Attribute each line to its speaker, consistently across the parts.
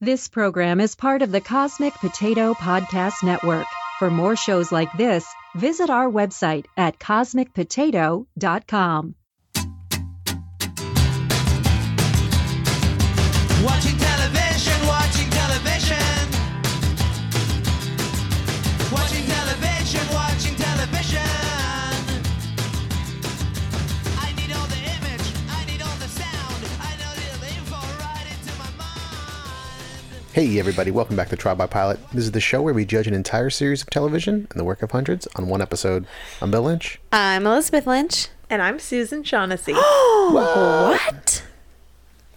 Speaker 1: This program is part of the Cosmic Potato Podcast Network. For more shows like this, visit our website at cosmicpotato.com.
Speaker 2: Watching television, watching television. Watching television, watching television. I need all the image, I need all the sound. I know little info right into my mind.
Speaker 3: Hey, everybody, welcome back to Trial by Pilot. This is the show where we judge an entire series of television and the work of hundreds on one episode. I'm Bill Lynch.
Speaker 4: I'm Elizabeth Lynch.
Speaker 5: And I'm Susan Shaughnessy.
Speaker 3: Oh.
Speaker 4: What?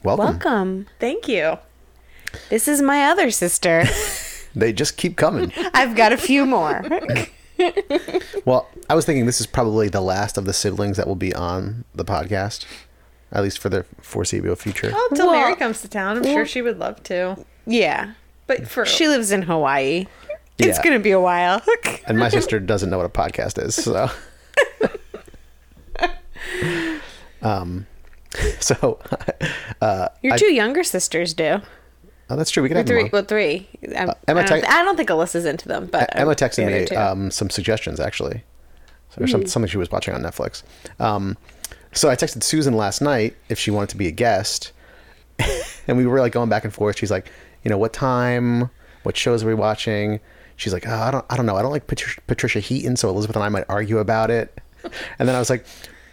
Speaker 3: Welcome.
Speaker 4: Welcome.
Speaker 5: Thank you.
Speaker 4: This is my other sister.
Speaker 3: They just keep coming.
Speaker 4: I've got a few more.
Speaker 3: well, I was thinking this is probably the last of the siblings that will be on the podcast, at least for the foreseeable future.
Speaker 5: Well, until
Speaker 4: Well-
Speaker 5: Mary comes to town, I'm sure she would love to.
Speaker 4: yeah.
Speaker 5: But for
Speaker 4: She lives in Hawaii. It's
Speaker 3: Yeah.
Speaker 4: going to be a while.
Speaker 3: And my sister doesn't know what a podcast is, so. um, so uh,
Speaker 4: Your
Speaker 3: I-
Speaker 4: two younger sisters do.
Speaker 3: oh, that's true. We can have them
Speaker 4: Three.
Speaker 3: on.
Speaker 4: Well, three. I'm,
Speaker 3: Uh, Emma
Speaker 4: I, don't,
Speaker 3: te-
Speaker 4: I don't think Alyssa's into them, but
Speaker 3: Emma
Speaker 4: I'm
Speaker 3: texted
Speaker 4: the other
Speaker 3: me
Speaker 4: two.
Speaker 3: um, some suggestions actually, or some, something she was watching on Netflix. Um, so I texted Susan last night if she wanted to be a guest, and we were like going back and forth. She's like, you know, what time? What shows are we watching? She's like, oh, I don't, I don't know. I don't like Patricia, Patricia Heaton, so Elizabeth and I might argue about it. And then I was like,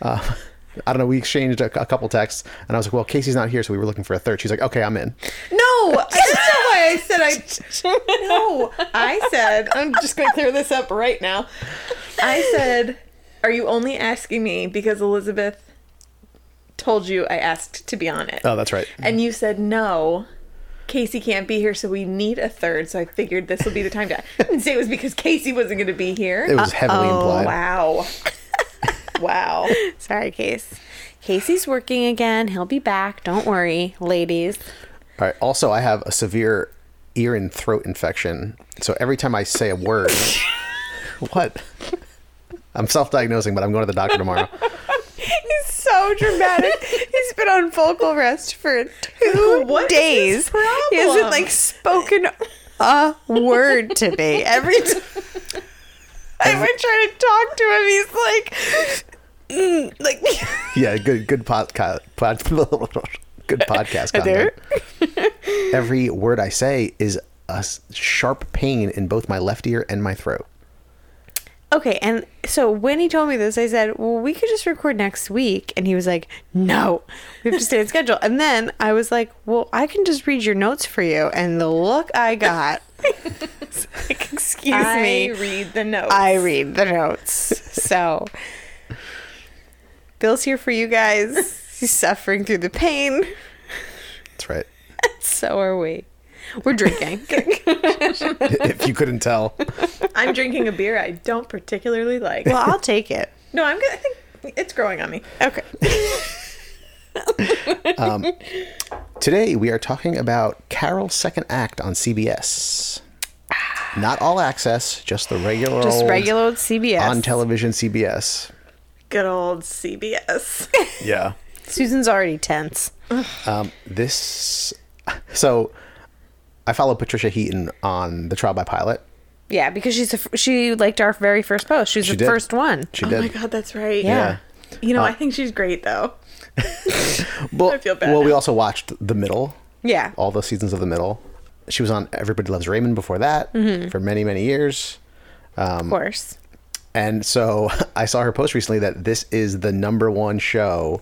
Speaker 3: uh, I don't know. We exchanged a, a couple texts, and I was like, well, Casey's not here, so we were looking for a third. She's like, okay, I'm in.
Speaker 5: No, that's not why I said I. No, I said I'm just going to clear this up right now. I said, "Are you only asking me because Elizabeth told you I asked to be on it?"
Speaker 3: Oh, that's right.
Speaker 5: And you said no. Casey can't be here, so we need a third. So I figured this will be the time to. I didn't say it was because Casey wasn't going to be here.
Speaker 3: It was heavily implied.
Speaker 5: Wow. wow.
Speaker 4: Sorry, Case. Casey's working again. He'll be back. Don't worry, ladies.
Speaker 3: All right. Also, I have a severe ear and throat infection. So every time I say a word, what? I'm self diagnosing, but I'm going to the doctor tomorrow.
Speaker 4: He's so dramatic. He's been on vocal rest for two
Speaker 5: What
Speaker 4: days.
Speaker 5: is his problem?
Speaker 4: He hasn't like spoken a word to me. Every time I've been trying to talk to him, he's like, mm, like
Speaker 3: Yeah, good good podcast pod, good podcast content. Every word I say is a s- sharp pain in both my left ear and my throat.
Speaker 4: okay. And so when he told me this, I said, "Well, we could just record next week," and he was like, "No, we have to stay on schedule." And then I was like, "Well, I can just read your notes for you," and the look I got. It's like, Excuse me.
Speaker 5: I read the notes.
Speaker 4: I read the notes. So Bill's here for you guys. He's suffering through the pain.
Speaker 3: That's right.
Speaker 4: So are we. We're drinking.
Speaker 3: if you couldn't tell,
Speaker 5: I'm drinking a beer I don't particularly like.
Speaker 4: well, I'll take it.
Speaker 5: no, I'm good. I think it's growing on me.
Speaker 4: Okay.
Speaker 3: today we are talking about Carol's second act on CBS. Not all access, just the regular
Speaker 4: Just
Speaker 3: old-
Speaker 4: regular old CBS.
Speaker 3: Oh. on television CBS.
Speaker 5: Good old CBS.
Speaker 3: Yeah.
Speaker 4: Susan's already tense.
Speaker 3: Um, this. So, I follow Patricia Heaton on the Trial by Pilot.
Speaker 4: Yeah, because she's a, f- she liked our very first post. She was
Speaker 3: She
Speaker 4: the
Speaker 3: did.
Speaker 4: first one.
Speaker 3: She
Speaker 5: oh
Speaker 3: did.
Speaker 5: my God, that's right.
Speaker 3: Yeah.
Speaker 5: You
Speaker 4: Uh,
Speaker 5: know, I think she's great though.
Speaker 3: Well,
Speaker 5: I feel bad
Speaker 3: Well, we
Speaker 5: now.
Speaker 3: also watched The Middle.
Speaker 4: Yeah.
Speaker 3: All the seasons of The Middle. She was on Everybody Loves Raymond before that
Speaker 5: Mm-hmm.
Speaker 3: for many many years, Um,
Speaker 4: of course.
Speaker 3: and so I saw her post recently that this is the number one show.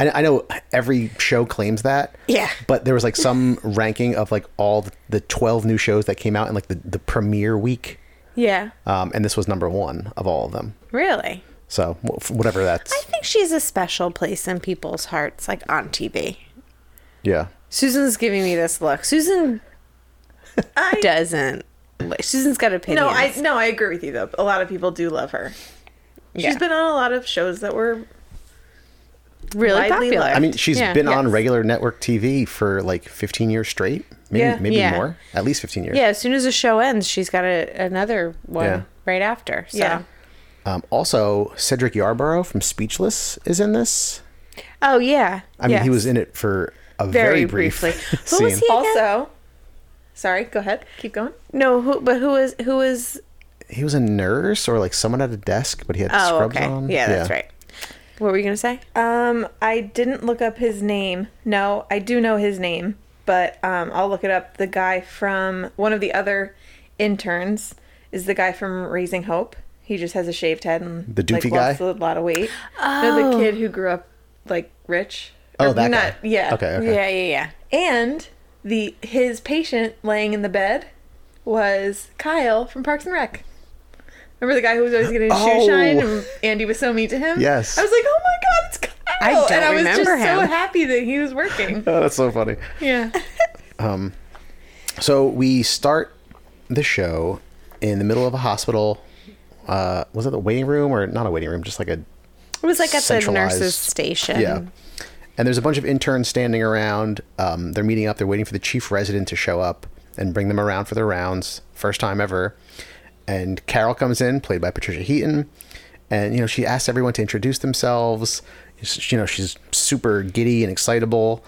Speaker 3: I, I know every show claims that.
Speaker 4: Yeah.
Speaker 3: But there was like some ranking of like all the, the twelve new shows that came out in like the, the premiere week.
Speaker 4: Yeah.
Speaker 3: um, and this was number one of all of them.
Speaker 4: Really.
Speaker 3: So wh- f- whatever that's,
Speaker 4: I think she has a special place in people's hearts, like on TV.
Speaker 3: yeah,
Speaker 4: Susan's giving me this look. Susan
Speaker 5: I
Speaker 4: doesn't. Susan's got opinions.
Speaker 5: no, I no, I agree with you though. A lot of people do love her.
Speaker 4: Yeah.
Speaker 5: She's been on a lot of shows that were
Speaker 4: really
Speaker 5: widely
Speaker 4: popular.
Speaker 5: loved.
Speaker 3: I mean, she's
Speaker 4: Yeah.
Speaker 3: been on
Speaker 4: Yes.
Speaker 3: regular network TV for like 15 years straight, maybe
Speaker 5: Yeah.
Speaker 3: maybe
Speaker 4: Yeah.
Speaker 3: more, at least 15 years.
Speaker 4: Yeah, as soon as the show ends, she's got a, another one
Speaker 3: Yeah.
Speaker 4: right after. So.
Speaker 5: Yeah.
Speaker 3: Um, also, Cedric Yarborough from Speechless is in this.
Speaker 4: Oh yeah.
Speaker 3: I mean,
Speaker 4: Yes.
Speaker 3: he was in it for a very,
Speaker 4: very
Speaker 3: brief
Speaker 4: briefly.
Speaker 3: scene.
Speaker 4: Who was he? again?
Speaker 5: also Sorry, go ahead. Keep going.
Speaker 4: No, who? But who is who is?
Speaker 3: He was a nurse or like someone at a desk, but he had
Speaker 4: Oh,
Speaker 3: scrubs
Speaker 4: okay.
Speaker 3: on.
Speaker 4: Yeah, that's right. What were you gonna say?
Speaker 5: Um, I didn't look up his name. No, I do know his name, but um, I'll look it up. The guy from one of the other interns is the guy from Raising Hope. He just has a shaved head and
Speaker 3: The
Speaker 5: like,
Speaker 3: doofy
Speaker 5: lost
Speaker 3: guy?
Speaker 5: a lot of weight. No, the kid who grew up like rich.
Speaker 3: Oh,
Speaker 5: Or
Speaker 3: that guy.
Speaker 5: Yeah.
Speaker 3: Okay, okay.
Speaker 4: Yeah, yeah, yeah.
Speaker 5: And the his patient laying in the bed was Kyle from Parks and Rec. Remember the guy who was always getting his
Speaker 3: Oh.
Speaker 5: shoe shine and Andy was so mean to him?
Speaker 3: Yes.
Speaker 5: I was like, oh my god, it's Kyle.
Speaker 4: I don't
Speaker 5: and I was
Speaker 4: remember
Speaker 5: just so
Speaker 4: him.
Speaker 5: happy that he was working.
Speaker 3: Oh, that's so funny. Um,
Speaker 5: Yeah.
Speaker 3: So we start the show in the middle of a hospital. Uh, was it the waiting room or not a waiting room? Just like a
Speaker 4: It was like at the
Speaker 3: Centralized.
Speaker 4: nurses' station.
Speaker 3: yeah. Um, And there's a bunch of interns standing around. Um, they're meeting up. They're waiting for the chief resident to show up and bring them around for their rounds. First time ever. And Carol comes in, played by Patricia Heaton. And, you know, she asks everyone to introduce themselves. She's- You know, she's super giddy and excitable.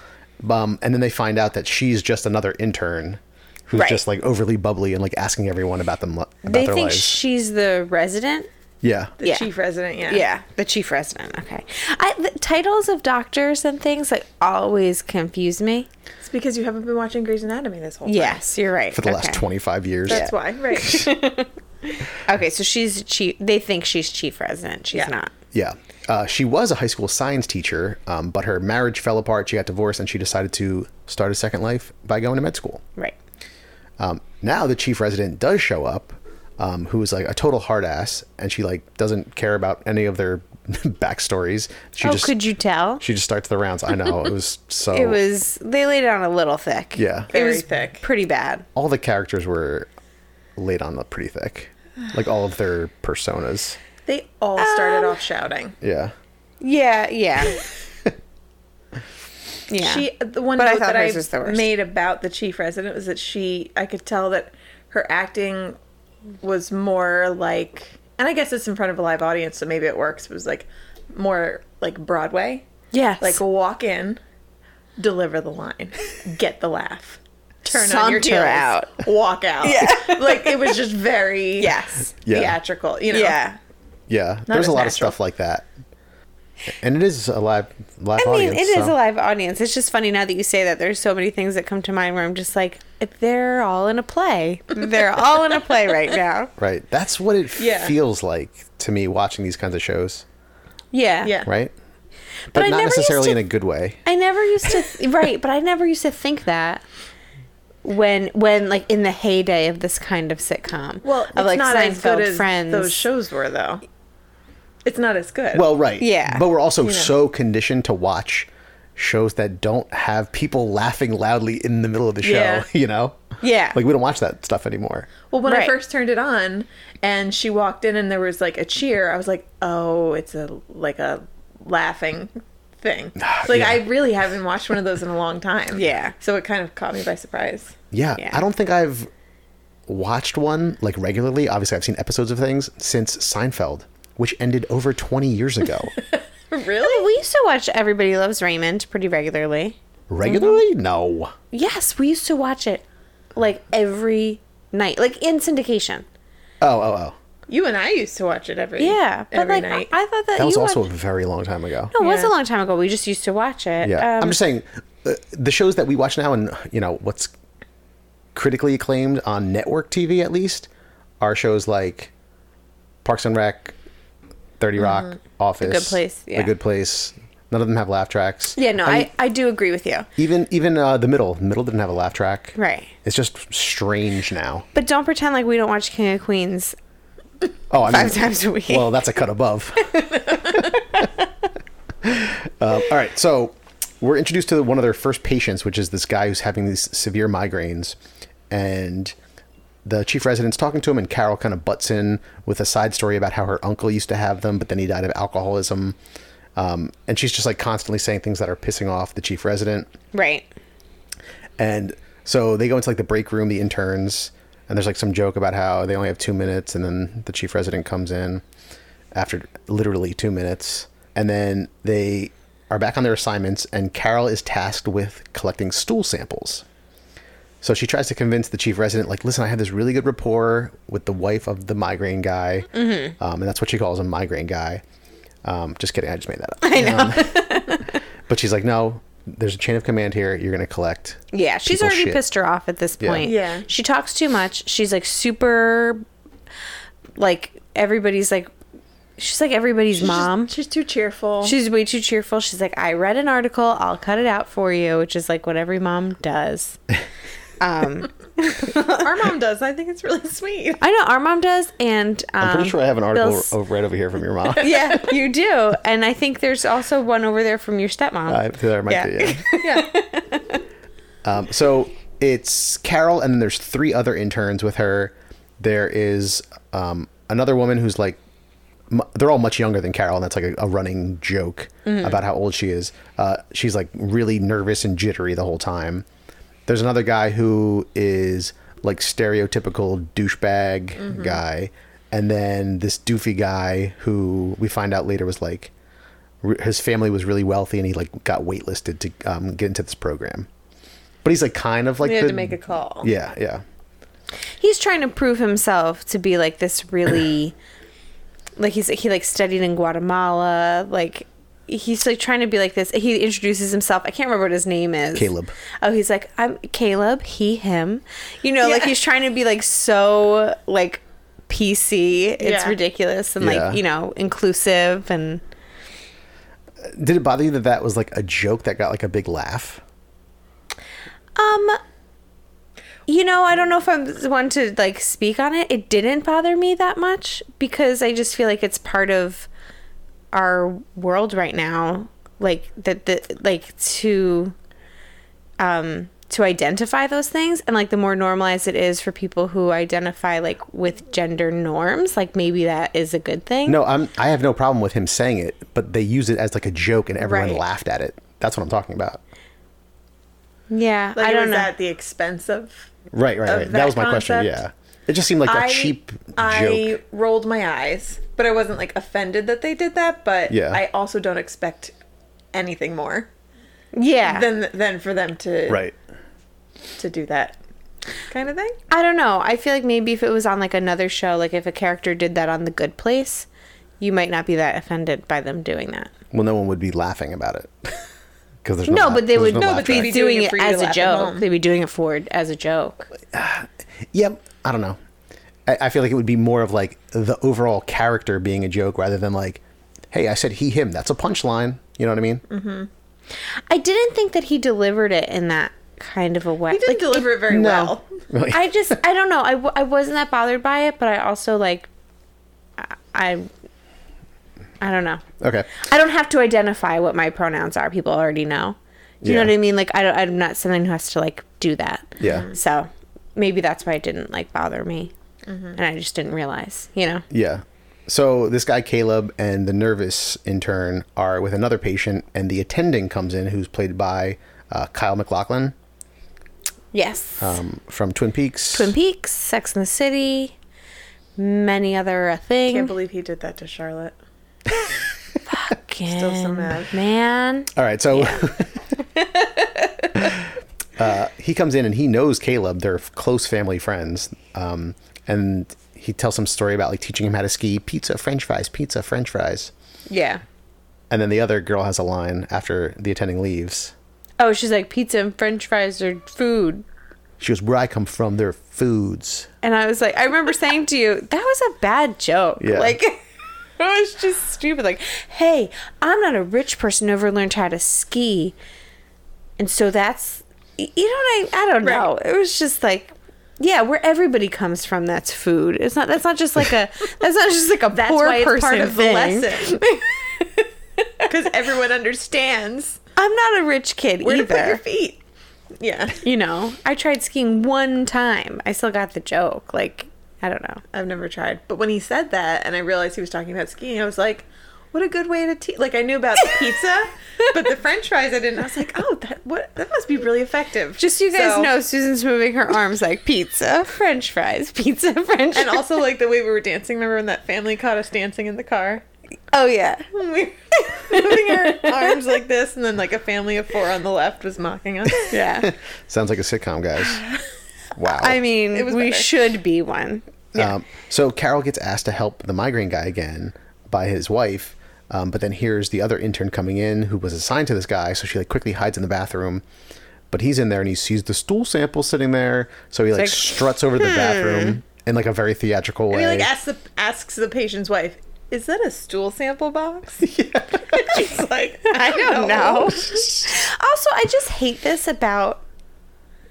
Speaker 3: Um, and then they find out that she's just another intern who's
Speaker 4: Right.
Speaker 3: just like overly bubbly and like asking everyone about them about
Speaker 4: They
Speaker 3: their
Speaker 4: think
Speaker 3: lives.
Speaker 4: she's the resident.
Speaker 3: yeah.
Speaker 5: The
Speaker 4: Yeah.
Speaker 5: chief resident, yeah.
Speaker 4: Yeah, the chief resident. Okay, I, the titles of doctors and things like always confuse me.
Speaker 5: It's because you haven't been watching Grey's Anatomy this whole time.
Speaker 4: Yes, you're right.
Speaker 3: For the last 25 years.
Speaker 5: That's why, right.
Speaker 4: Okay, so she's chief. They think she's chief resident. She's
Speaker 5: Yeah.
Speaker 4: not.
Speaker 3: Yeah. Uh, she was a high school science teacher, um, but her marriage fell apart. She got divorced and she decided to start a second life by going to med school.
Speaker 4: Right.
Speaker 3: Um, now the chief resident does show up, um, who is like a total hard ass, and she like doesn't care about any of their backstories. She
Speaker 4: oh,
Speaker 3: just
Speaker 4: could you tell?
Speaker 3: she just starts the rounds. I know it was so.
Speaker 4: It was. They laid it on a little thick.
Speaker 3: Yeah.
Speaker 4: it
Speaker 5: Very
Speaker 4: was
Speaker 5: thick.
Speaker 4: Pretty bad.
Speaker 3: all the characters were laid on the pretty thick, like all of their personas.
Speaker 5: they all started
Speaker 4: Um,
Speaker 5: off shouting.
Speaker 3: Yeah.
Speaker 4: Yeah, yeah. yeah.
Speaker 5: She the one
Speaker 4: But I
Speaker 5: note
Speaker 4: thought
Speaker 5: that I
Speaker 4: hers was the worst.
Speaker 5: made about the chief resident was that she I could tell that her acting was more like and I guess it's in front of a live audience so maybe it works it was like more like Broadway
Speaker 4: yes.
Speaker 5: like walk in deliver the line get the laugh turn on your
Speaker 4: Saunter
Speaker 5: heels
Speaker 4: out.
Speaker 5: walk out yeah like it was just very
Speaker 4: Yes.
Speaker 3: Yeah.
Speaker 5: theatrical you know
Speaker 4: Yeah.
Speaker 3: Yeah. There's
Speaker 5: as
Speaker 3: a lot of
Speaker 5: natural.
Speaker 3: stuff like that. And it is a live live
Speaker 4: I mean,
Speaker 3: audience.
Speaker 4: it is
Speaker 3: so-
Speaker 4: a live audience. It's just funny now that you say that. There's so many things that come to mind where I'm just like, if they're all in a play. They're all in a play right now.
Speaker 3: Right. That's what it
Speaker 5: Yeah.
Speaker 3: feels like to me watching these kinds of shows,
Speaker 4: Yeah.
Speaker 5: yeah
Speaker 3: right? But,
Speaker 4: I
Speaker 3: not
Speaker 4: never used
Speaker 3: necessarily
Speaker 4: to-
Speaker 3: in a good way.
Speaker 4: I never used to right, but I never used to think that when when like in the heyday of this kind of sitcom.
Speaker 5: well
Speaker 4: of
Speaker 5: it's not as good
Speaker 4: Seinfeld,
Speaker 5: as those shows were though it's not as good
Speaker 3: Well, right.
Speaker 4: Yeah.
Speaker 3: But we're also so conditioned to watch shows that don't have people laughing loudly in the middle of the show,
Speaker 5: Yeah.
Speaker 3: you know?
Speaker 4: Yeah.
Speaker 3: Like we don't watch that stuff anymore.
Speaker 5: Well, when I
Speaker 4: Right.
Speaker 5: first turned it on and she walked in and there was like a cheer, I was like, "Oh, it's a like a laughing thing." It's like
Speaker 3: Yeah.
Speaker 5: I really haven't watched one of those in a long time.
Speaker 4: Ah, Yeah.
Speaker 5: So it kind of caught me by surprise.
Speaker 3: Yeah.
Speaker 4: Yeah.
Speaker 3: I don't think I've watched one like regularly. Obviously, I've seen episodes of things since Seinfeld, which ended over 20 years ago.
Speaker 5: Really?
Speaker 4: We used to watch Everybody Loves Raymond pretty regularly.
Speaker 3: regularly?
Speaker 4: Mm-hmm.
Speaker 3: No.
Speaker 4: Yes, we used to watch it like every night, like in syndication.
Speaker 3: Oh, oh, oh.
Speaker 5: You and I used to watch it every
Speaker 4: Yeah, but
Speaker 5: every
Speaker 4: like
Speaker 5: night.
Speaker 4: I, I thought that,
Speaker 3: That was
Speaker 4: you
Speaker 3: also
Speaker 4: watched-
Speaker 3: a very long time ago.
Speaker 4: no, it was
Speaker 5: Yeah.
Speaker 4: a long time ago. We just used to watch it.
Speaker 3: Yeah,
Speaker 4: Um,
Speaker 3: I'm just saying uh, the shows that we watch now, and you know what's critically acclaimed on network TV at least, are shows like Parks and Rec, Thirty Rock, Office,
Speaker 4: Mm-hmm. Good Place, yeah.
Speaker 3: The Good Place. None of them have laugh tracks.
Speaker 4: yeah, no, I,
Speaker 3: mean,
Speaker 4: I do agree with you.
Speaker 3: even even uh, the middle, the middle didn't have a laugh track.
Speaker 4: Right.
Speaker 3: It's just strange now.
Speaker 4: But don't pretend like we don't watch King of Queens.
Speaker 3: Oh, I
Speaker 4: Five times a week.
Speaker 3: Well, that's a cut above. um, all right, so we're introduced to one of their first patients, which is this guy who's having these severe migraines, and the chief resident's talking to him, and Carol kind of butts in with a side story about how her uncle used to have them, but then he died of alcoholism, um, and she's just like constantly saying things that are pissing off the chief resident.
Speaker 4: Right.
Speaker 3: And so they go into like the break room, the interns, and there's like some joke about how they only have two minutes, and then the chief resident comes in after literally two minutes, and then they are back on their assignments, and Carol is tasked with collecting stool samples. So she tries to convince the chief resident, like, listen, I have this really good rapport with the wife of the migraine guy,
Speaker 4: Mm-hmm.
Speaker 3: um, and that's what she calls him, migraine guy. Um, just kidding, I just made that up. I know. but she's like, no, there's a chain of command here. You're gonna collect.
Speaker 4: Yeah, she's
Speaker 3: people's
Speaker 4: already
Speaker 3: shit."
Speaker 4: pissed her off at this
Speaker 3: Yeah.
Speaker 4: point.
Speaker 5: Yeah.
Speaker 4: She talks too much. She's like super like everybody's like she's like everybody's mom.
Speaker 5: she's too cheerful.
Speaker 4: she's way too cheerful. She's like, I read an article, I'll cut it out for you, which is like what every mom does.
Speaker 5: Our mom does. I think it's really sweet.
Speaker 4: I know our mom does and um,
Speaker 3: I'm pretty sure I have an article
Speaker 4: Bill's-
Speaker 3: o- right over here from your mom.
Speaker 4: yeah, you do. And I think there's also one over there from your stepmom.
Speaker 3: I, Uh, there might
Speaker 4: Yeah.
Speaker 3: be. Yeah. Um, so it's Carol, and then there's three other interns with her. There is um, another woman who's like, mu- they're all much younger than Carol, and that's like a, a running joke about how old she is. Uh, she's like really nervous and jittery the whole time. There's another guy who is like stereotypical douchebag guy, and then this doofy guy who we find out later was like, re- his family was really wealthy, and he like got waitlisted to um, get into this program. But he's like kind of like
Speaker 5: We had
Speaker 3: the-
Speaker 5: to make a call.
Speaker 3: Yeah, yeah.
Speaker 4: he's trying to prove himself to be like this really like he's he like studied in Guatemala like he's like trying to be like this he introduces himself i can't remember what his name is
Speaker 3: Caleb.
Speaker 4: oh he's like i'm caleb he him you know like
Speaker 5: Yeah.
Speaker 4: he's trying to be like so like pc it's
Speaker 5: Yeah.
Speaker 4: ridiculous and
Speaker 3: Yeah.
Speaker 4: like you know inclusive and
Speaker 3: Did it bother you that that was like a joke that got like a big laugh?
Speaker 4: Um, you know, I don't know if I'm the one to like speak on it. It didn't bother me that much because I just feel like it's part of our world right now. Like that, the like to, um, to identify those things, and like the more normalized it is for people who identify like with gender norms, like maybe that is a good thing.
Speaker 3: No, I'm. I have no problem with him saying it, but they used it as like a joke, and everyone
Speaker 4: Right.
Speaker 3: laughed at it. That's what I'm talking about.
Speaker 4: yeah,
Speaker 5: Like,
Speaker 4: I
Speaker 5: it
Speaker 4: don't
Speaker 5: was
Speaker 4: know.
Speaker 5: at the expense of.
Speaker 3: Right, right,
Speaker 5: Of
Speaker 3: right. That,
Speaker 5: that
Speaker 3: was my question.
Speaker 5: concept?
Speaker 3: Yeah, it just seemed like a
Speaker 5: I-
Speaker 3: cheap
Speaker 5: I
Speaker 3: joke.
Speaker 5: rolled my eyes, but I wasn't like offended that they did that. But
Speaker 3: Yeah.
Speaker 5: I also don't expect anything more
Speaker 4: yeah,
Speaker 5: than than for them to
Speaker 3: Right.
Speaker 5: to do that kind of thing.
Speaker 4: I don't know. I feel like maybe if it was on like another show, like if a character did that on The Good Place, you might not be that offended by them doing that.
Speaker 3: Well, no one would be laughing about it because there's
Speaker 4: No,
Speaker 3: laugh-
Speaker 4: but they
Speaker 3: there's
Speaker 4: would
Speaker 3: no
Speaker 4: no,
Speaker 3: laugh
Speaker 4: but they'd
Speaker 3: track.
Speaker 4: be
Speaker 5: be doing
Speaker 4: doing
Speaker 5: it
Speaker 4: it
Speaker 5: for you to
Speaker 4: as a
Speaker 5: laugh at
Speaker 4: joke.
Speaker 5: home.
Speaker 4: They'd be doing it for as a joke.
Speaker 3: Yep. I don't know. I, I feel like it would be more of like the overall character being a joke rather than like, hey, I said he him. That's a punchline. You know what I mean?
Speaker 5: Mm-hmm.
Speaker 4: I didn't think that he delivered it in that kind of a way.
Speaker 5: He didn't
Speaker 4: Like, Mm.
Speaker 5: deliver it, very well.
Speaker 3: Really?
Speaker 4: I just I don't know. I, w- I wasn't that bothered by it, but I also like I- I I don't know.
Speaker 3: okay.
Speaker 4: I don't have to identify what my pronouns are. People already know. You
Speaker 3: Yeah.
Speaker 4: know what I mean? Like I don't, I'm not someone who has to like do that.
Speaker 5: Mm-hmm.
Speaker 3: Yeah.
Speaker 4: So maybe that's why it didn't like bother me,
Speaker 5: Mm-hmm.
Speaker 4: and I just didn't realize. You know.
Speaker 3: Yeah. So this guy Caleb and the nervous intern are with another patient, and the attending comes in, who's played by uh, Kyle McLaughlin
Speaker 4: Yes.
Speaker 3: um, from Twin Peaks.
Speaker 4: Twin Peaks, Sex in the City, many other uh,
Speaker 5: I can't
Speaker 4: things.
Speaker 5: believe he did that to Charlotte.
Speaker 4: Still
Speaker 5: so mad.
Speaker 4: man.
Speaker 3: All right, so uh, he comes in and he knows Caleb. They're close family friends, um, and he tells some story about like teaching him how to ski pizza, French fries, pizza, French fries.
Speaker 4: Yeah.
Speaker 3: And then the other girl has a line after the attending leaves.
Speaker 4: Oh, she's like pizza and French fries are food.
Speaker 3: She goes, "Where I come from, they're foods."
Speaker 4: And I was like, I remember saying to you, that was a bad joke.
Speaker 3: Yeah.
Speaker 4: Like, it was just stupid. Like, hey, I'm not a rich person who ever learned how to ski. And so that's, you know what I, I don't know. It was just like, yeah, where everybody comes from, that's food. It's not, that's not just like a, that's not just like a
Speaker 5: That's
Speaker 4: poor
Speaker 5: why it's
Speaker 4: person
Speaker 5: part of
Speaker 4: thing.
Speaker 5: the lesson. Because everyone understands
Speaker 4: I'm not a rich kid
Speaker 5: where
Speaker 4: either.
Speaker 5: to put your feet. Yeah.
Speaker 4: you know, I tried skiing one time. I still got the joke. Like, I don't know.
Speaker 5: I've never tried. But when he said that and I realized he was talking about skiing, I was like, what a good way to teach. Like, I knew about the pizza, but the french fries I didn't. I was like, oh, that what that must be really effective.
Speaker 4: Just so you guys
Speaker 5: So-
Speaker 4: know, Susan's moving her arms like pizza, French fries, pizza, French.
Speaker 5: And also, like, the way we were dancing. Remember when that family caught us dancing in the car?
Speaker 4: Oh yeah.
Speaker 5: We were moving our arms like this, and then like a family of four on the left was mocking us.
Speaker 4: Yeah.
Speaker 3: Sounds like a sitcom, guys. Wow.
Speaker 4: I mean,
Speaker 5: It was
Speaker 4: we
Speaker 5: better.
Speaker 4: should be one.
Speaker 3: Um, so Carol gets asked to help the migraine guy again by his wife, um, but then here's the other intern coming in who was assigned to this guy. So she like quickly hides in the bathroom, but he's in there and he sees the stool sample sitting there. So he like,
Speaker 4: like,
Speaker 3: struts over to the bathroom in like a very theatrical way.
Speaker 5: And he like asks the asks the patient's wife, "Is that a stool sample box?" She's like, "I
Speaker 4: No.
Speaker 5: don't know."
Speaker 4: also, I just hate this about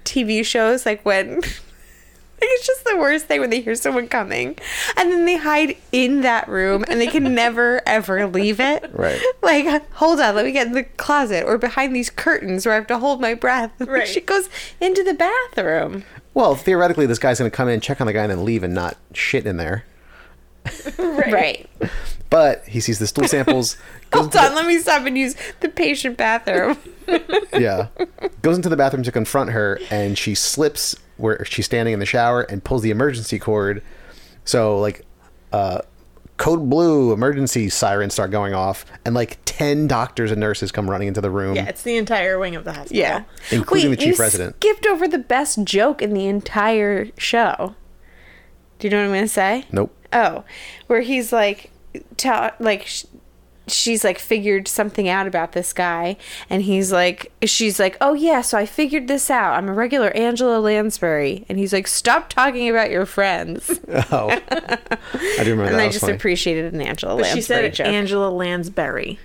Speaker 4: TV shows. Like when, like it's just the worst thing when they hear someone coming, and then they hide in that room and they can never ever leave it.
Speaker 3: Right.
Speaker 4: Like, hold on, let me get in the closet or behind these curtains where I have to hold my breath.
Speaker 5: Right.
Speaker 4: she goes into the bathroom.
Speaker 3: well, theoretically, this guy's gonna come in, check on the guy, and then leave and not shit in there.
Speaker 4: Right.
Speaker 3: But he sees the stool samples. goes
Speaker 4: Hold
Speaker 3: to the-
Speaker 4: on, let me stop and use the patient bathroom.
Speaker 3: yeah. Goes into the bathroom to confront her, and she slips where she's standing in the shower and pulls the emergency cord. So, like, uh, code blue emergency sirens start going off, and like 10 doctors and nurses come running into the room.
Speaker 5: Yeah, it's the entire wing of the hospital.
Speaker 4: Yeah.
Speaker 3: Including the chief
Speaker 4: you
Speaker 3: resident.
Speaker 4: Skipped over the best joke in the entire show. Do you know what I'm going to say?
Speaker 3: Nope.
Speaker 4: Oh, where he's like, ta- like, sh- she's like figured something out about this guy, and he's like, she's like, oh yeah, so I figured this out. I'm a regular Angela Lansbury, and he's like, stop talking about your friends.
Speaker 3: Oh. I do remember that.
Speaker 4: and
Speaker 3: That
Speaker 4: I
Speaker 3: was
Speaker 4: just
Speaker 3: funny.
Speaker 4: appreciated an Angela
Speaker 5: But she said
Speaker 4: Lansbury joke.
Speaker 5: Angela Lansbury.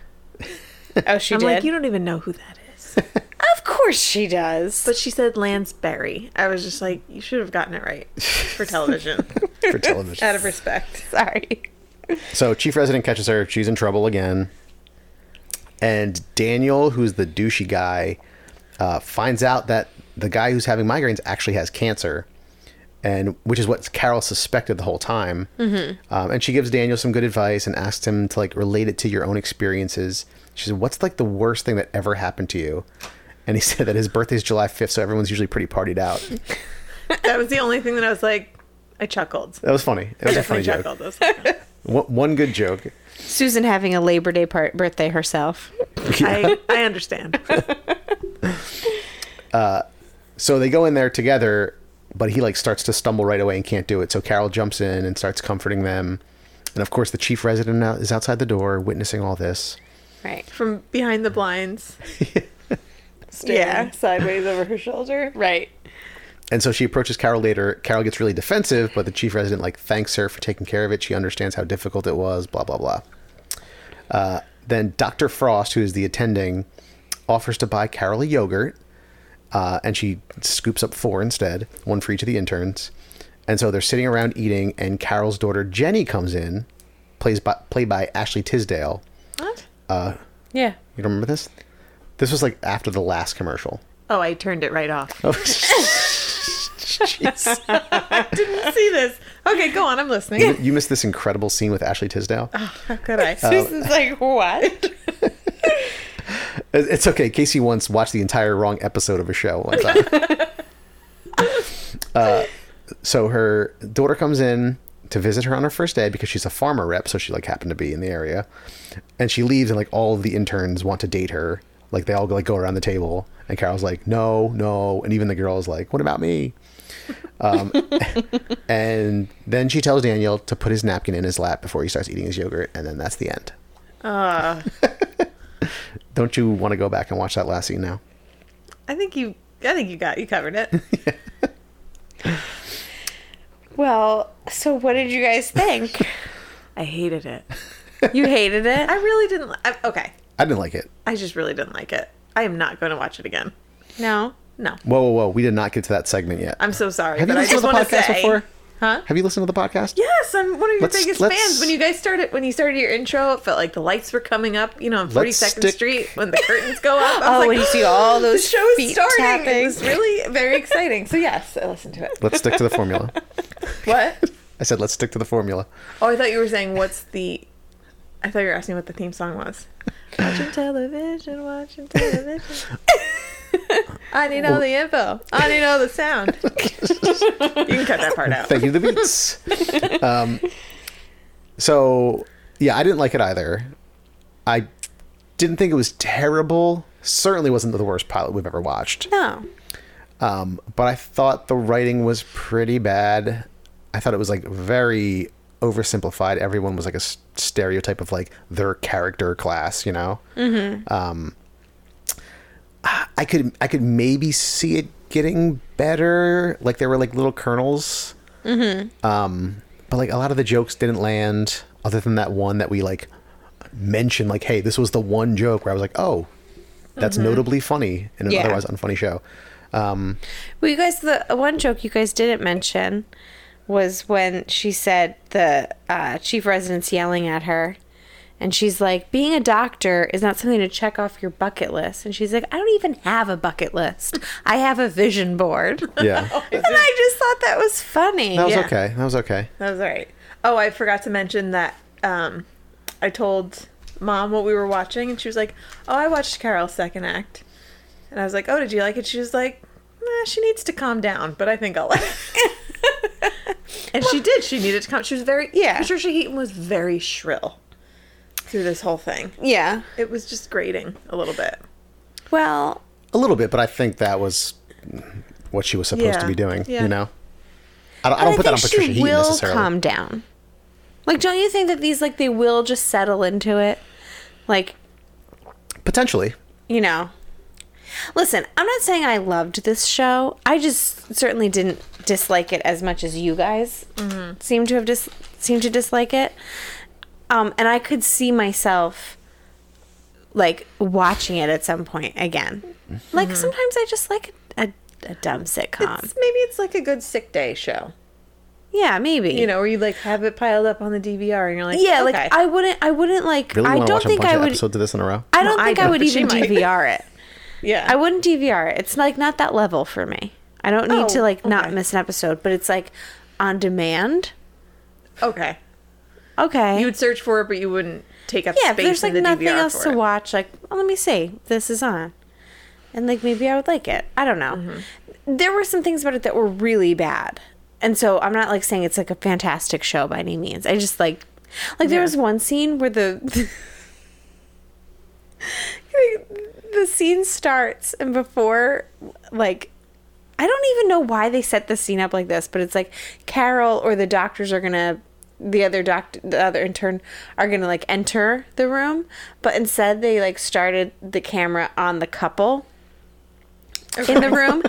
Speaker 4: oh, she
Speaker 5: I'm
Speaker 4: did.
Speaker 5: like, you don't even know who that is.
Speaker 4: of course she does.
Speaker 5: But she said Lansbury. I was just like, you should have gotten it right for television.
Speaker 3: for television.
Speaker 5: Out of respect.
Speaker 4: Sorry.
Speaker 3: So chief resident catches her. She's in trouble again. And Daniel, who's the douchey guy, uh, finds out that the guy who's having migraines actually has cancer, and which is what Carol suspected the whole time. Mm-hmm. Um, and she gives Daniel some good advice and asks him to like relate it to your own experiences. She said, "What's like the worst thing that ever happened to you?" And he said that his birthday's July fifth, so everyone's usually pretty partied out.
Speaker 5: That was the only thing that I was like, I chuckled.
Speaker 3: That was funny. That was a funny
Speaker 5: Definitely
Speaker 3: joke.
Speaker 5: chuckled. I was like,
Speaker 3: One, one good joke.
Speaker 4: Susan having a Labor Day part- birthday herself.
Speaker 5: I, I understand.
Speaker 3: So they go in there together, but he like starts to stumble right away and can't do it. So Carol jumps in and starts comforting them. And of course, the chief resident out- is outside the door witnessing all this.
Speaker 4: Right.
Speaker 5: From behind the blinds.
Speaker 4: Yeah.
Speaker 5: sideways over her shoulder.
Speaker 4: Right.
Speaker 3: And so she approaches Carol later. Carol gets really defensive, but the chief resident like thanks her for taking care of it. She understands how difficult it was, blah, blah, blah. Uh, then Dr. Frost, who is the attending, offers to buy Carol a yogurt, uh, and she scoops up four instead, one for each of the interns. And so they're sitting around eating, and Carol's daughter Jenny comes in, plays by, played by Ashley Tisdale. Uh,
Speaker 4: Yeah.
Speaker 3: You don't remember this? This was like after the last commercial.
Speaker 5: Oh, I turned it right off.
Speaker 3: Oh, jeez.
Speaker 5: Didn't see this. Okay, go on. I'm listening.
Speaker 3: You missed this incredible scene with Ashley Tisdale.
Speaker 5: How could I?
Speaker 4: Susan's like, what?
Speaker 3: It- It's okay. Casey once watched the entire wrong episode of a show one time. Uh, so her daughter comes in to visit her on her first day because she's a farmer rep, so she like happened to be in the area, and she leaves, and like all of the interns want to date her. Like they all like go around the table, and Carol's like, "No, no," and even the girl's like, "What about me?" Um, and then she tells Daniel to put his napkin in his lap before he starts eating his yogurt, and then that's the end. Don't you want to go back and watch that last scene now?
Speaker 5: I think you. I think you got you covered it.
Speaker 4: well, so what did you guys think?
Speaker 5: I hated it.
Speaker 4: You hated it?
Speaker 5: I really didn't. li- I, okay,
Speaker 3: I didn't like it.
Speaker 5: I just really didn't like it. I am not going to watch it again.
Speaker 4: No.
Speaker 5: No,
Speaker 3: Whoa, whoa, whoa! We did not get to that segment yet.
Speaker 5: I'm so sorry.
Speaker 3: Have you
Speaker 5: but I
Speaker 3: listened
Speaker 5: just
Speaker 3: to the
Speaker 5: want to
Speaker 3: podcast
Speaker 5: say,
Speaker 3: before?
Speaker 5: huh?
Speaker 3: Have you listened to the podcast?
Speaker 5: Yes, I'm one of your
Speaker 3: Let's-
Speaker 5: biggest
Speaker 3: let's-
Speaker 5: fans. When you guys started, when you started your intro, it felt like the lights were coming up. You know, on Forty
Speaker 3: Let's
Speaker 5: Second
Speaker 3: stick-
Speaker 5: Street when the curtains go up. I
Speaker 4: Oh,
Speaker 5: was like,
Speaker 4: when you see all
Speaker 5: the
Speaker 4: those
Speaker 5: show's
Speaker 4: feet
Speaker 5: starting. It
Speaker 4: tapping.
Speaker 5: was really very exciting. So yes, I listened to it.
Speaker 3: Let's stick to the formula.
Speaker 5: What?
Speaker 3: I said let's stick to the formula.
Speaker 5: Oh, I thought you were saying what's the. I thought you were asking what the theme song was. Watching television, watching television. I need all the info. I need all the sound. you can cut that part out.
Speaker 3: Thank you to the beats. um, so yeah, I didn't like it either. I didn't think it was terrible. Certainly wasn't the worst pilot we've ever watched.
Speaker 4: No.
Speaker 3: Um, but I thought the writing was pretty bad. I thought it was like very oversimplified. Everyone was like a s- stereotype of like their character class, you know. Mm-hmm. Um, I could I could maybe see it getting better. Like there were like little kernels. Mm-hmm. Um, but like a lot of the jokes didn't land. Other than that one that we like mentioned, like, hey, this was the one joke where I was like, oh, that's notably funny in an
Speaker 4: Yeah.
Speaker 3: otherwise unfunny show. Um,
Speaker 4: Well, you guys, the one joke you guys didn't mention was when she said the uh, chief resident's yelling at her. And she's like, being a doctor is not something to check off your bucket list. And she's like, I don't even have a bucket list. I have a vision board.
Speaker 3: yeah.
Speaker 4: and I just thought that was funny.
Speaker 3: That was
Speaker 5: Yeah.
Speaker 3: okay. That was okay.
Speaker 5: That was all right. Oh, I forgot to mention that um, I told mom what we were watching, and she was like, "Oh, I watched Carol's second act," and I was like, "Oh, did you like it?" She was like, nah, "She needs to calm down," but I think I'll like. it." and she did. She needed to calm. She was very
Speaker 4: Yeah.
Speaker 5: Patricia Heaton was very shrill through this whole thing.
Speaker 4: Yeah.
Speaker 5: It was just grating a little bit.
Speaker 4: Well,
Speaker 3: A little bit, but I think that was what she was supposed to
Speaker 5: Yeah.
Speaker 3: be doing.
Speaker 5: Yeah.
Speaker 3: You know, I don't, I don't put that on Patricia
Speaker 4: she
Speaker 3: Heaton
Speaker 4: will
Speaker 3: necessarily.
Speaker 4: calm down. Like, don't you think that these, like, they will just settle into it? Like,
Speaker 3: Potentially,
Speaker 4: you know. Listen, I'm not saying I loved this show. I just certainly didn't dislike it as much as you guys
Speaker 5: Mm-hmm.
Speaker 4: seem to have dis- seem to dislike it. Um, and I could see myself like watching it at some point again. Like sometimes I just like a, a dumb sitcom.
Speaker 5: Mm-hmm. It's, maybe it's like a good sick day show,
Speaker 4: yeah, maybe
Speaker 5: you know, where you like have it piled up on the DVR, and you're like,
Speaker 4: Yeah,
Speaker 5: "Okay."
Speaker 4: like I wouldn't. I wouldn't like.
Speaker 3: really
Speaker 4: I
Speaker 3: want to
Speaker 4: don't
Speaker 3: watch a
Speaker 4: think
Speaker 3: bunch
Speaker 4: I
Speaker 3: of
Speaker 4: would.
Speaker 3: episodes of this in a row.
Speaker 4: I don't
Speaker 5: No, I
Speaker 4: think I,
Speaker 5: don't,
Speaker 4: would
Speaker 5: but she
Speaker 4: even
Speaker 5: might.
Speaker 4: DVR it.
Speaker 5: yeah,
Speaker 4: I wouldn't DVR it. It's like not that level for me. I don't need
Speaker 5: Oh,
Speaker 4: to like not
Speaker 5: okay.
Speaker 4: miss an episode, but it's like on demand.
Speaker 5: okay.
Speaker 4: Okay.
Speaker 5: You would search for it, but you wouldn't take up
Speaker 4: yeah, if
Speaker 5: space
Speaker 4: there's like
Speaker 5: in the
Speaker 4: nothing
Speaker 5: DVR
Speaker 4: else
Speaker 5: for
Speaker 4: to
Speaker 5: it.
Speaker 4: watch, like oh, let me see, this is on, and like maybe I would like it. I don't know. There were some things about it that were really bad, and so I'm not like saying it's like a fantastic show by any means. I just like, like there was one scene where the. The scene starts, and before, like, I don't even know why they set the scene up like this, but it's like Carol or the doctors are gonna, the other doctor, the other intern are gonna like enter the room, but instead they like started the camera on the couple in the room,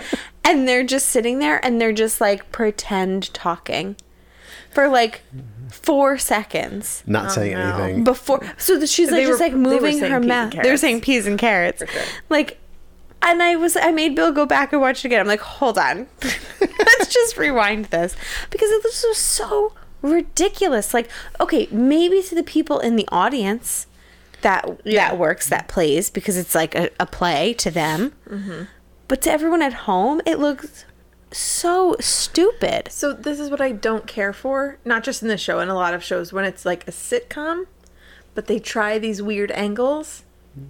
Speaker 4: and they're just sitting there and they're just like pretend talking for like four seconds
Speaker 3: Not saying
Speaker 5: no.
Speaker 3: anything.
Speaker 4: before so that she's like
Speaker 5: They
Speaker 4: just
Speaker 5: were-
Speaker 4: like
Speaker 5: they were
Speaker 4: moving
Speaker 5: saying
Speaker 4: her
Speaker 5: peas and
Speaker 4: mouth they're
Speaker 5: carrots.
Speaker 4: saying peas and carrots
Speaker 5: sure.
Speaker 4: like and i was i made bill go back and watch it again i'm like hold on let's just rewind this because it was just so ridiculous like okay maybe to the people in the audience that that works that plays because it's like a, a play to them
Speaker 5: Mm-hmm.
Speaker 4: but to everyone at home it looks so stupid
Speaker 5: So this is what I don't care for, not just in this show, in a lot of shows when it's like a sitcom, but they try these weird angles.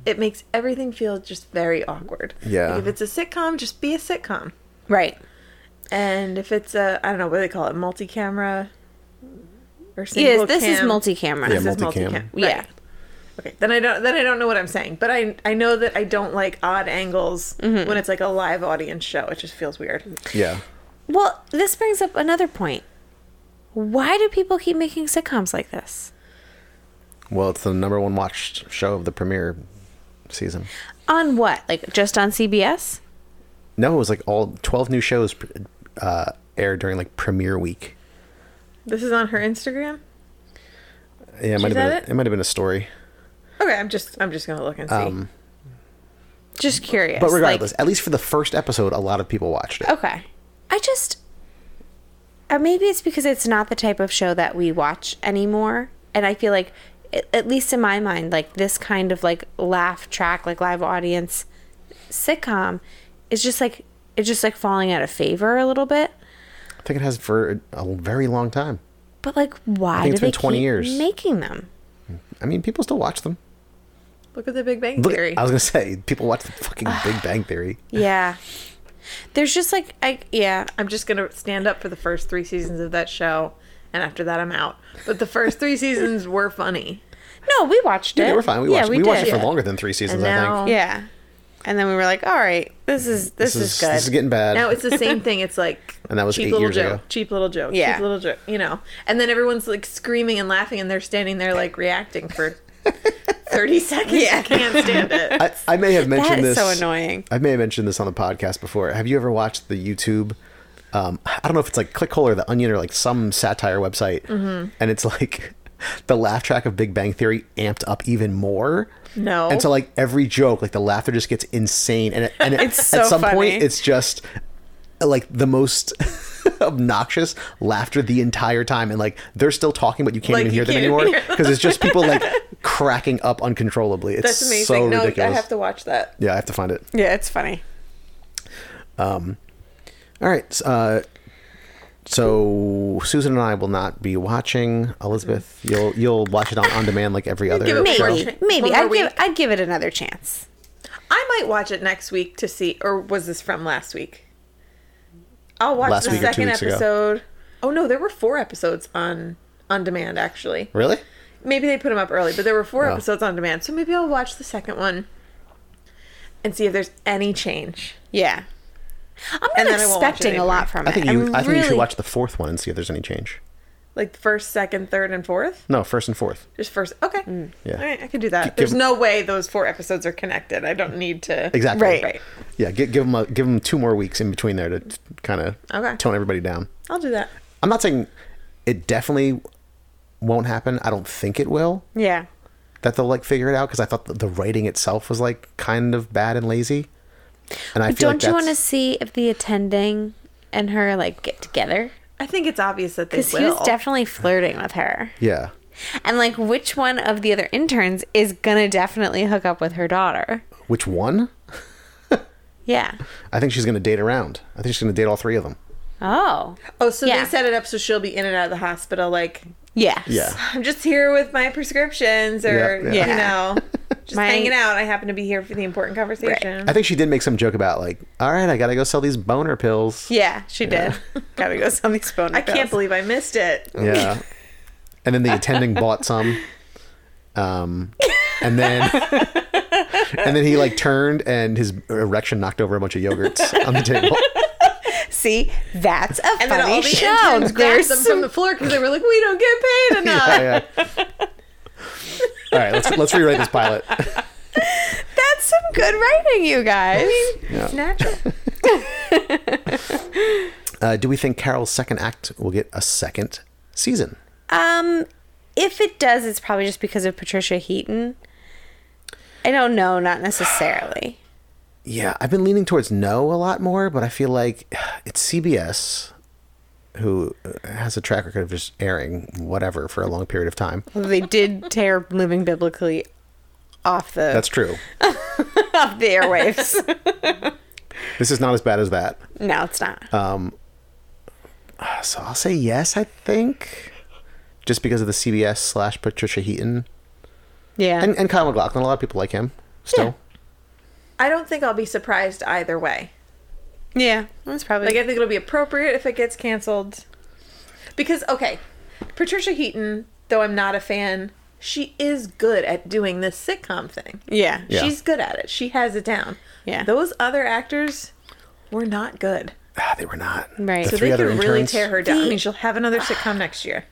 Speaker 5: It makes everything feel just very awkward.
Speaker 3: Yeah.
Speaker 5: Like if it's a sitcom, just be a sitcom.
Speaker 4: right
Speaker 5: And if it's a, I don't know what do they call it, multi-camera or single
Speaker 4: yes this is
Speaker 5: cam?
Speaker 4: multi-camera
Speaker 3: Yeah,
Speaker 5: This is
Speaker 3: multi-cam.
Speaker 5: multi-cam.
Speaker 4: yeah.
Speaker 5: Right. Okay. Then I don't. Then I don't know what I'm saying. But I I know that I don't like odd angles
Speaker 4: Mm-hmm.
Speaker 5: when it's like a live audience show. It just feels weird.
Speaker 3: yeah,
Speaker 4: Well, this brings up another point. Why do people keep making sitcoms like this?
Speaker 3: well, it's the number one watched show of the premiere season.
Speaker 4: On what? Like just on CBS?
Speaker 3: No, it was like all twelve new shows uh, aired during like premiere week.
Speaker 5: This is on her Instagram.
Speaker 3: Yeah, it might have
Speaker 5: that
Speaker 3: been. A,
Speaker 5: it?
Speaker 3: it might have been a story.
Speaker 5: Okay, I'm just I'm just gonna look and see.
Speaker 3: Um,
Speaker 4: Just curious.
Speaker 3: but
Speaker 4: like- Oh.
Speaker 3: regardless, at least for the first episode, a lot of people watched it.
Speaker 4: okay. I just uh, maybe it's because it's not the type of show that we watch anymore, and I feel like at- at least in my mind, like this kind of like laugh track, like live audience sitcom, is just like it's just like falling out of favor a little bit.
Speaker 3: I think it has for a very long time.
Speaker 4: But like, why
Speaker 3: think
Speaker 4: do
Speaker 3: it's
Speaker 4: they
Speaker 3: been 20
Speaker 4: keep
Speaker 3: years.
Speaker 4: making them?
Speaker 3: I mean, people still watch them.
Speaker 5: Look at the Big Bang
Speaker 3: Look,
Speaker 5: Theory.
Speaker 3: I was gonna say people watch the fucking Big Bang Theory.
Speaker 4: Yeah. There's just like I yeah.
Speaker 5: I'm just gonna stand up for the first three seasons of that show, and after that, I'm out. But the first three seasons were funny.
Speaker 4: No, we watched it.
Speaker 3: Yeah, we're fine. We
Speaker 4: Yeah,
Speaker 3: watched. we, watched
Speaker 4: did.
Speaker 3: it for
Speaker 5: Yeah.
Speaker 3: longer than three seasons.
Speaker 5: And
Speaker 3: I
Speaker 5: now-
Speaker 3: think.
Speaker 4: Yeah. And then we were like, all right, this is this, is, good.
Speaker 3: This is getting bad.
Speaker 5: Now it's the same thing. It's like
Speaker 3: And that was
Speaker 5: cheap
Speaker 3: eight
Speaker 5: little
Speaker 3: years
Speaker 5: joke,
Speaker 3: ago.
Speaker 5: cheap little joke,
Speaker 4: Yeah.
Speaker 5: cheap little joke. You know, and then everyone's like screaming and laughing, and they're standing there like reacting for thirty seconds. I can't stand it.
Speaker 3: I, I may have mentioned
Speaker 4: that is
Speaker 3: this.
Speaker 4: so annoying.
Speaker 3: I may have mentioned this on the podcast before. Have you ever watched the YouTube? Um, I don't know if it's like Clickhole or The Onion or like some satire website,
Speaker 4: Mm-hmm.
Speaker 3: and it's like the laugh track of Big Bang Theory amped up even more.
Speaker 5: No.
Speaker 3: and so like every joke, like the laughter just gets insane, and it, and it,
Speaker 4: It's
Speaker 3: at
Speaker 4: so
Speaker 3: some point
Speaker 4: funny.
Speaker 3: it's just like the most obnoxious laughter the entire time, and like they're still talking, but you can't
Speaker 5: Like,
Speaker 3: even
Speaker 5: you
Speaker 3: hear them
Speaker 5: can't
Speaker 3: anymore
Speaker 5: hear
Speaker 3: because it's just people like cracking up uncontrollably. It's
Speaker 5: That's amazing.
Speaker 3: so
Speaker 5: no,
Speaker 3: ridiculous.
Speaker 5: I have to watch that.
Speaker 3: yeah, I have to find it.
Speaker 4: Yeah, it's funny.
Speaker 3: All right. s- Uh, so Susan and I will not be watching Elizabeth.
Speaker 5: Mm-hmm.
Speaker 3: You'll you'll watch it on, on demand like every other
Speaker 5: it
Speaker 3: show.
Speaker 5: more-
Speaker 4: Maybe.
Speaker 5: One
Speaker 4: Maybe.
Speaker 5: more
Speaker 4: I'd give,
Speaker 5: week.
Speaker 4: I'd give it another chance.
Speaker 5: I might watch it next week to see. Or was this from last week? I'll watch
Speaker 3: Last
Speaker 5: the
Speaker 3: week or two
Speaker 5: second
Speaker 3: weeks ago.
Speaker 5: episode. Oh no, there were four episodes on on demand actually.
Speaker 3: Really?
Speaker 5: Maybe they put them up early, but there were four
Speaker 3: Oh.
Speaker 5: episodes on demand, so maybe I'll watch the second one and see if there's any change.
Speaker 4: Yeah. I'm
Speaker 5: And
Speaker 4: not
Speaker 5: then I won't watch it
Speaker 4: expecting a
Speaker 5: anymore.
Speaker 4: lot from
Speaker 3: I
Speaker 4: it.
Speaker 3: think you.
Speaker 4: I'm
Speaker 3: I think you should
Speaker 4: really-
Speaker 3: watch the fourth one and see if there's any change.
Speaker 5: Like first, second, third, and fourth.
Speaker 3: No, first and fourth.
Speaker 5: Just first. Okay.
Speaker 4: Mm.
Speaker 3: Yeah.
Speaker 5: All right, I can do that.
Speaker 3: Give-
Speaker 5: There's
Speaker 3: give-
Speaker 5: no way those four episodes are connected. I don't need to.
Speaker 3: Exactly.
Speaker 4: Right.
Speaker 5: Right.
Speaker 3: Yeah. Give, give them a, give them two more weeks in between there to kind of
Speaker 5: Okay.
Speaker 3: tone everybody down.
Speaker 5: I'll do that.
Speaker 3: I'm not saying it definitely won't happen. I don't think it will.
Speaker 4: Yeah.
Speaker 3: That they'll like figure it out because I thought that the writing itself was like kind of bad and lazy. And I feel like
Speaker 4: Don't you
Speaker 3: that's-
Speaker 4: want to see if the attending and her like get together?
Speaker 5: I think it's obvious that they
Speaker 4: Because
Speaker 5: will.
Speaker 4: he was definitely flirting with her.
Speaker 3: Yeah.
Speaker 4: And like, which one of the other interns is gonna definitely hook up with her daughter?
Speaker 3: Which one?
Speaker 4: Yeah.
Speaker 3: I think she's going to date around. I think she's going to date all three of them.
Speaker 4: Oh.
Speaker 5: oh, so
Speaker 4: Yeah.
Speaker 5: they set it up so she'll be in and out of the hospital. Like
Speaker 4: Yes.
Speaker 5: I'm just here with my prescriptions, or
Speaker 3: Yeah,
Speaker 4: yeah.
Speaker 5: you
Speaker 4: Yeah.
Speaker 5: know, just
Speaker 4: My-
Speaker 5: hanging out. I happen to be here for the important conversation.
Speaker 3: I think she did make some joke about like, all right, I got to go sell these boner pills.
Speaker 4: Yeah, she did. Gotta go sell these phone.
Speaker 5: I can't believe I missed it.
Speaker 3: Yeah. and then the attending bought some. Um and then and then he like turned and his erection knocked over a bunch of yogurts on the table.
Speaker 4: See, that's a
Speaker 5: And then
Speaker 4: funny
Speaker 5: all the
Speaker 4: show.
Speaker 5: interns grabbed
Speaker 4: There's
Speaker 5: them from the floor because they were like, "We don't get paid enough."
Speaker 3: Yeah, yeah. All right, let's let's rewrite this pilot.
Speaker 4: that's some good writing, you guys.
Speaker 5: It's natural.
Speaker 3: Uh, do we think Carol's second act will get a second season?
Speaker 4: Um, if it does, it's probably just because of Patricia Heaton. I don't know, not necessarily.
Speaker 3: Yeah, I've been leaning towards no a lot more, but I feel like it's CBS who uh, has a track record of just airing whatever for a long period of time.
Speaker 4: They did tear living biblically off the
Speaker 3: That's true.
Speaker 4: off the airwaves.
Speaker 3: This is not as bad as that.
Speaker 4: no, it's not.
Speaker 3: So I'll say yes, I think. Just because of the CBS slash Patricia Heaton.
Speaker 4: yeah.
Speaker 3: And, and Kyle McLaughlin. A lot of people like him still.
Speaker 5: I don't think I'll be surprised either way.
Speaker 4: yeah. That's probably
Speaker 5: Like, I think it'll be appropriate if it gets canceled. Because, okay, Patricia Heaton, though I'm not a fan, she is good at doing this sitcom thing.
Speaker 4: Yeah.
Speaker 3: Yeah.
Speaker 5: She's good at it. She has it down.
Speaker 4: Yeah.
Speaker 5: Those other actors were not good.
Speaker 3: Ah, they were not.
Speaker 4: Right.
Speaker 3: The
Speaker 4: So
Speaker 5: So
Speaker 3: three
Speaker 5: they
Speaker 3: other
Speaker 5: could really
Speaker 3: interns.
Speaker 5: tear her down. I mean, she'll have another sitcom next year.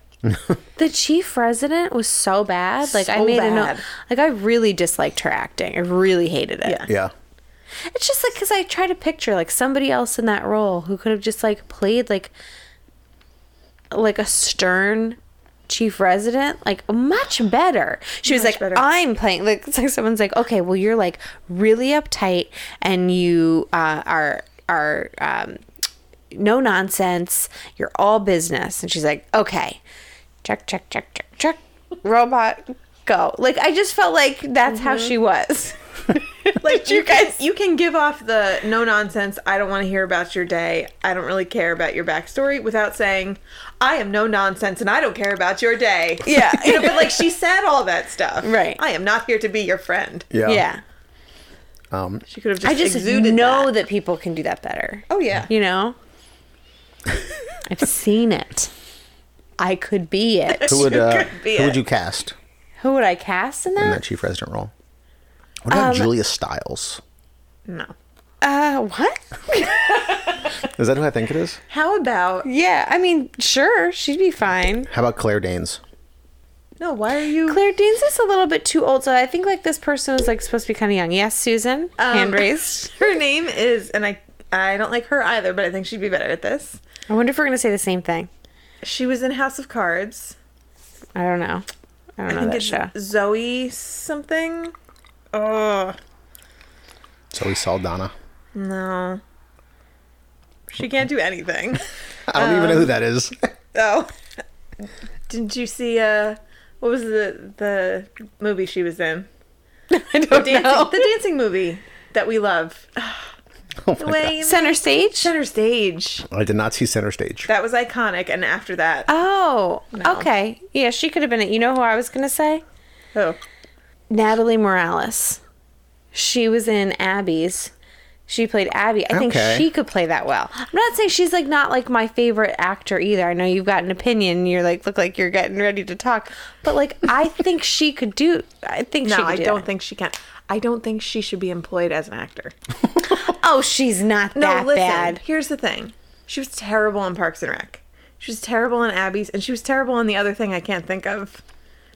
Speaker 4: The chief resident was so bad. Like I
Speaker 5: So
Speaker 4: made a note.
Speaker 5: bad.
Speaker 4: Like I really disliked her acting. I really hated it.
Speaker 5: Yeah.
Speaker 3: Yeah.
Speaker 4: It's just like because I try to picture like somebody else in that role who could have just like played like like a stern chief resident like much better she was
Speaker 5: Much
Speaker 4: like
Speaker 5: better.
Speaker 4: i'm playing like it's like someone's like okay well you're like really uptight and you uh, are are um, no nonsense you're all business and she's like okay check check check check check robot go like i just felt like that's how she was
Speaker 5: Like,
Speaker 4: you
Speaker 5: can-
Speaker 4: guys-
Speaker 5: Mm-hmm. you can give off the no nonsense, I don't want to hear about your day, I don't really care about your backstory without saying, I am no nonsense and I don't care about your day.
Speaker 4: yeah
Speaker 5: you know, but like she said all that stuff.
Speaker 4: Right.
Speaker 5: I am not here to be your friend.
Speaker 3: Yeah.
Speaker 4: yeah.
Speaker 3: Um,
Speaker 5: She could have just,
Speaker 4: I just
Speaker 5: exuded
Speaker 4: know
Speaker 5: that.
Speaker 4: that. people can do that better.
Speaker 5: Oh yeah.
Speaker 4: You know? I've seen it. I could be it.
Speaker 3: who would, uh,
Speaker 5: could
Speaker 3: who
Speaker 5: be it.
Speaker 3: would you cast?
Speaker 4: Who would I cast in
Speaker 3: in
Speaker 4: that?
Speaker 3: that chief resident role. What about
Speaker 5: Um,
Speaker 3: Julia Stiles?
Speaker 5: No.
Speaker 4: Uh, what?
Speaker 3: Is that who I think it is?
Speaker 5: How about
Speaker 4: yeah, I mean, sure, she'd be fine.
Speaker 3: How about Claire Danes?
Speaker 5: no? Why are you?
Speaker 4: Claire Dean's just a little bit too old, so I think like this person is like supposed to be kind of young. Yes, Susan, hand raised.
Speaker 5: Her name is, and I I don't like her either, but I think she'd be better at this.
Speaker 4: I wonder if we're gonna say the same thing.
Speaker 5: She was in House of Cards.
Speaker 4: I don't know. I don't know
Speaker 5: I think
Speaker 4: that
Speaker 5: it's
Speaker 4: show.
Speaker 5: Zoe something. Oh
Speaker 3: Zoe Saldana.
Speaker 5: no, she can't do anything.
Speaker 3: I don't even know who that is.
Speaker 5: Oh, didn't you see? Uh, what was the the movie she was in?
Speaker 4: I don't
Speaker 5: Dancing,
Speaker 4: know.
Speaker 5: The dancing movie that we love.
Speaker 3: Oh my
Speaker 5: Way
Speaker 4: Center stage.
Speaker 5: center stage.
Speaker 3: God. I did not see center stage.
Speaker 5: That was iconic. And after that,
Speaker 4: Oh, okay. Yeah, she could have been it. You know who I was gonna say?
Speaker 5: oh,
Speaker 4: Natalie Morales. She was in Abby's. She played Abby. I think
Speaker 3: Okay.
Speaker 4: she could play that well. I'm not saying she's like not like my favorite actor either. I know you've got an opinion. You're like look like you're getting ready to talk, but like I think she could do. I think she
Speaker 5: no,
Speaker 4: could
Speaker 5: I
Speaker 4: do
Speaker 5: don't
Speaker 4: that.
Speaker 5: think she can. I don't think she should be employed as an actor.
Speaker 4: Oh, she's not
Speaker 5: No,
Speaker 4: that
Speaker 5: listen.
Speaker 4: bad.
Speaker 5: Here's the thing. She was terrible on Parks and Rec. She was terrible in Abby's, and she was terrible on the other thing I can't think of.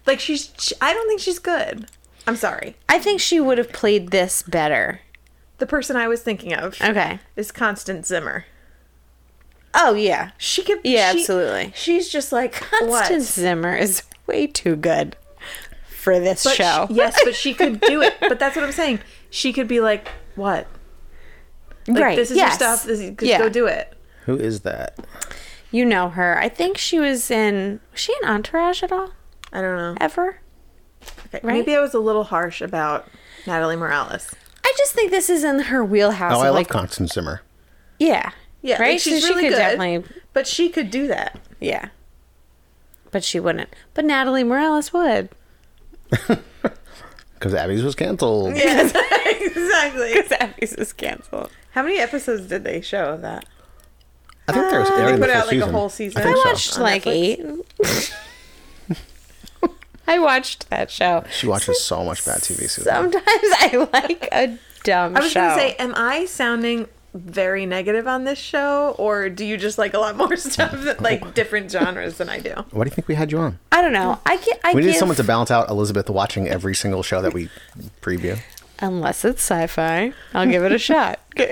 Speaker 5: Like she's, she, I don't think she's good. I'm sorry.
Speaker 4: I think she would have played this better.
Speaker 5: The person I was thinking of
Speaker 4: Okay.
Speaker 5: is Constance Zimmer.
Speaker 4: Oh yeah.
Speaker 5: She could,
Speaker 4: Yeah,
Speaker 5: she-
Speaker 4: absolutely.
Speaker 5: She's just like
Speaker 4: Constance
Speaker 5: what?
Speaker 4: Zimmer is way too good for this
Speaker 5: But she-
Speaker 4: show.
Speaker 5: yes, but she could do it. But that's what I'm saying. She could be like, what? Like,
Speaker 4: right.
Speaker 5: This is
Speaker 4: yes.
Speaker 5: your stuff. This is,
Speaker 4: Yeah.
Speaker 5: Go do it.
Speaker 3: Who is that?
Speaker 4: You know her. I think she was in. Was she in Entourage at all?
Speaker 5: I don't know.
Speaker 4: Ever?
Speaker 5: Okay,
Speaker 4: right?
Speaker 5: Maybe I was a little harsh about Natalie Morales.
Speaker 4: I just think this is in her wheelhouse.
Speaker 3: Oh,
Speaker 4: of
Speaker 3: I love
Speaker 4: like,
Speaker 3: Constance Zimmer.
Speaker 4: yeah,
Speaker 5: Yeah, like,
Speaker 4: right.
Speaker 5: she's
Speaker 4: so
Speaker 5: really
Speaker 4: she could
Speaker 5: good.
Speaker 4: definitely,
Speaker 5: But she could do that.
Speaker 4: yeah. But she wouldn't. But Natalie Morales would.
Speaker 3: Because Abby's was canceled.
Speaker 5: Yes, exactly.
Speaker 4: Abby's is canceled.
Speaker 5: How many episodes did they show of that?
Speaker 3: I think there was airing the
Speaker 5: they put
Speaker 3: first
Speaker 5: out, like, a
Speaker 3: season.
Speaker 5: whole
Speaker 3: I
Speaker 5: season.
Speaker 4: I
Speaker 3: think so.
Speaker 4: watched like eight. I watched that show.
Speaker 3: She watches so much bad TV. Susan.
Speaker 4: Sometimes I like a dumb
Speaker 5: I was
Speaker 4: show.
Speaker 5: going to say, am I sounding very negative on this show, or do you just like a lot more stuff that like different genres than I do?
Speaker 3: Why do you think we had you on?
Speaker 4: I don't know. I get. I
Speaker 3: We need
Speaker 4: give-
Speaker 3: someone to balance out Elizabeth watching every single show that we preview.
Speaker 4: Unless it's sci-fi, I'll give it a shot.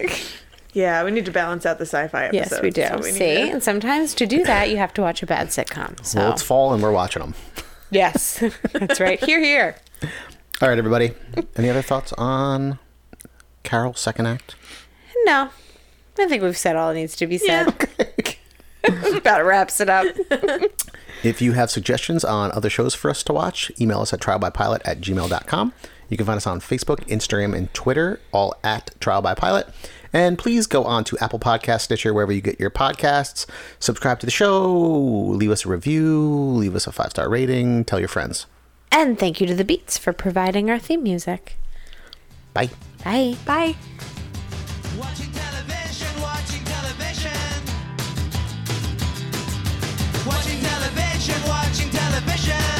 Speaker 5: Yeah, we need to balance out the sci-fi episodes.
Speaker 4: Yes, we do.
Speaker 5: That's what we need
Speaker 4: See,
Speaker 5: to-
Speaker 4: and sometimes to do that, you have to watch a bad sitcom. So
Speaker 3: Well, it's fall and we're watching them.
Speaker 4: yes, that's right. Here, here.
Speaker 3: All right, everybody. Any other thoughts on Carol second act?
Speaker 4: No, I think we've said all that needs to be said. About wraps it up.
Speaker 3: If you have suggestions on other shows for us to watch, email us at trialbypilot at gmail.com. You can find us on Facebook, Instagram, and Twitter, all at Trial by Pilot. And please go on to Apple Podcasts, Stitcher, wherever you get your podcasts. Subscribe to the show, leave us a review, leave us a five star rating, tell your friends.
Speaker 4: And thank you to the Beats for providing our theme music.
Speaker 3: Bye.
Speaker 4: Bye. Bye.
Speaker 2: Watching television, watching television. Watching television, watching television.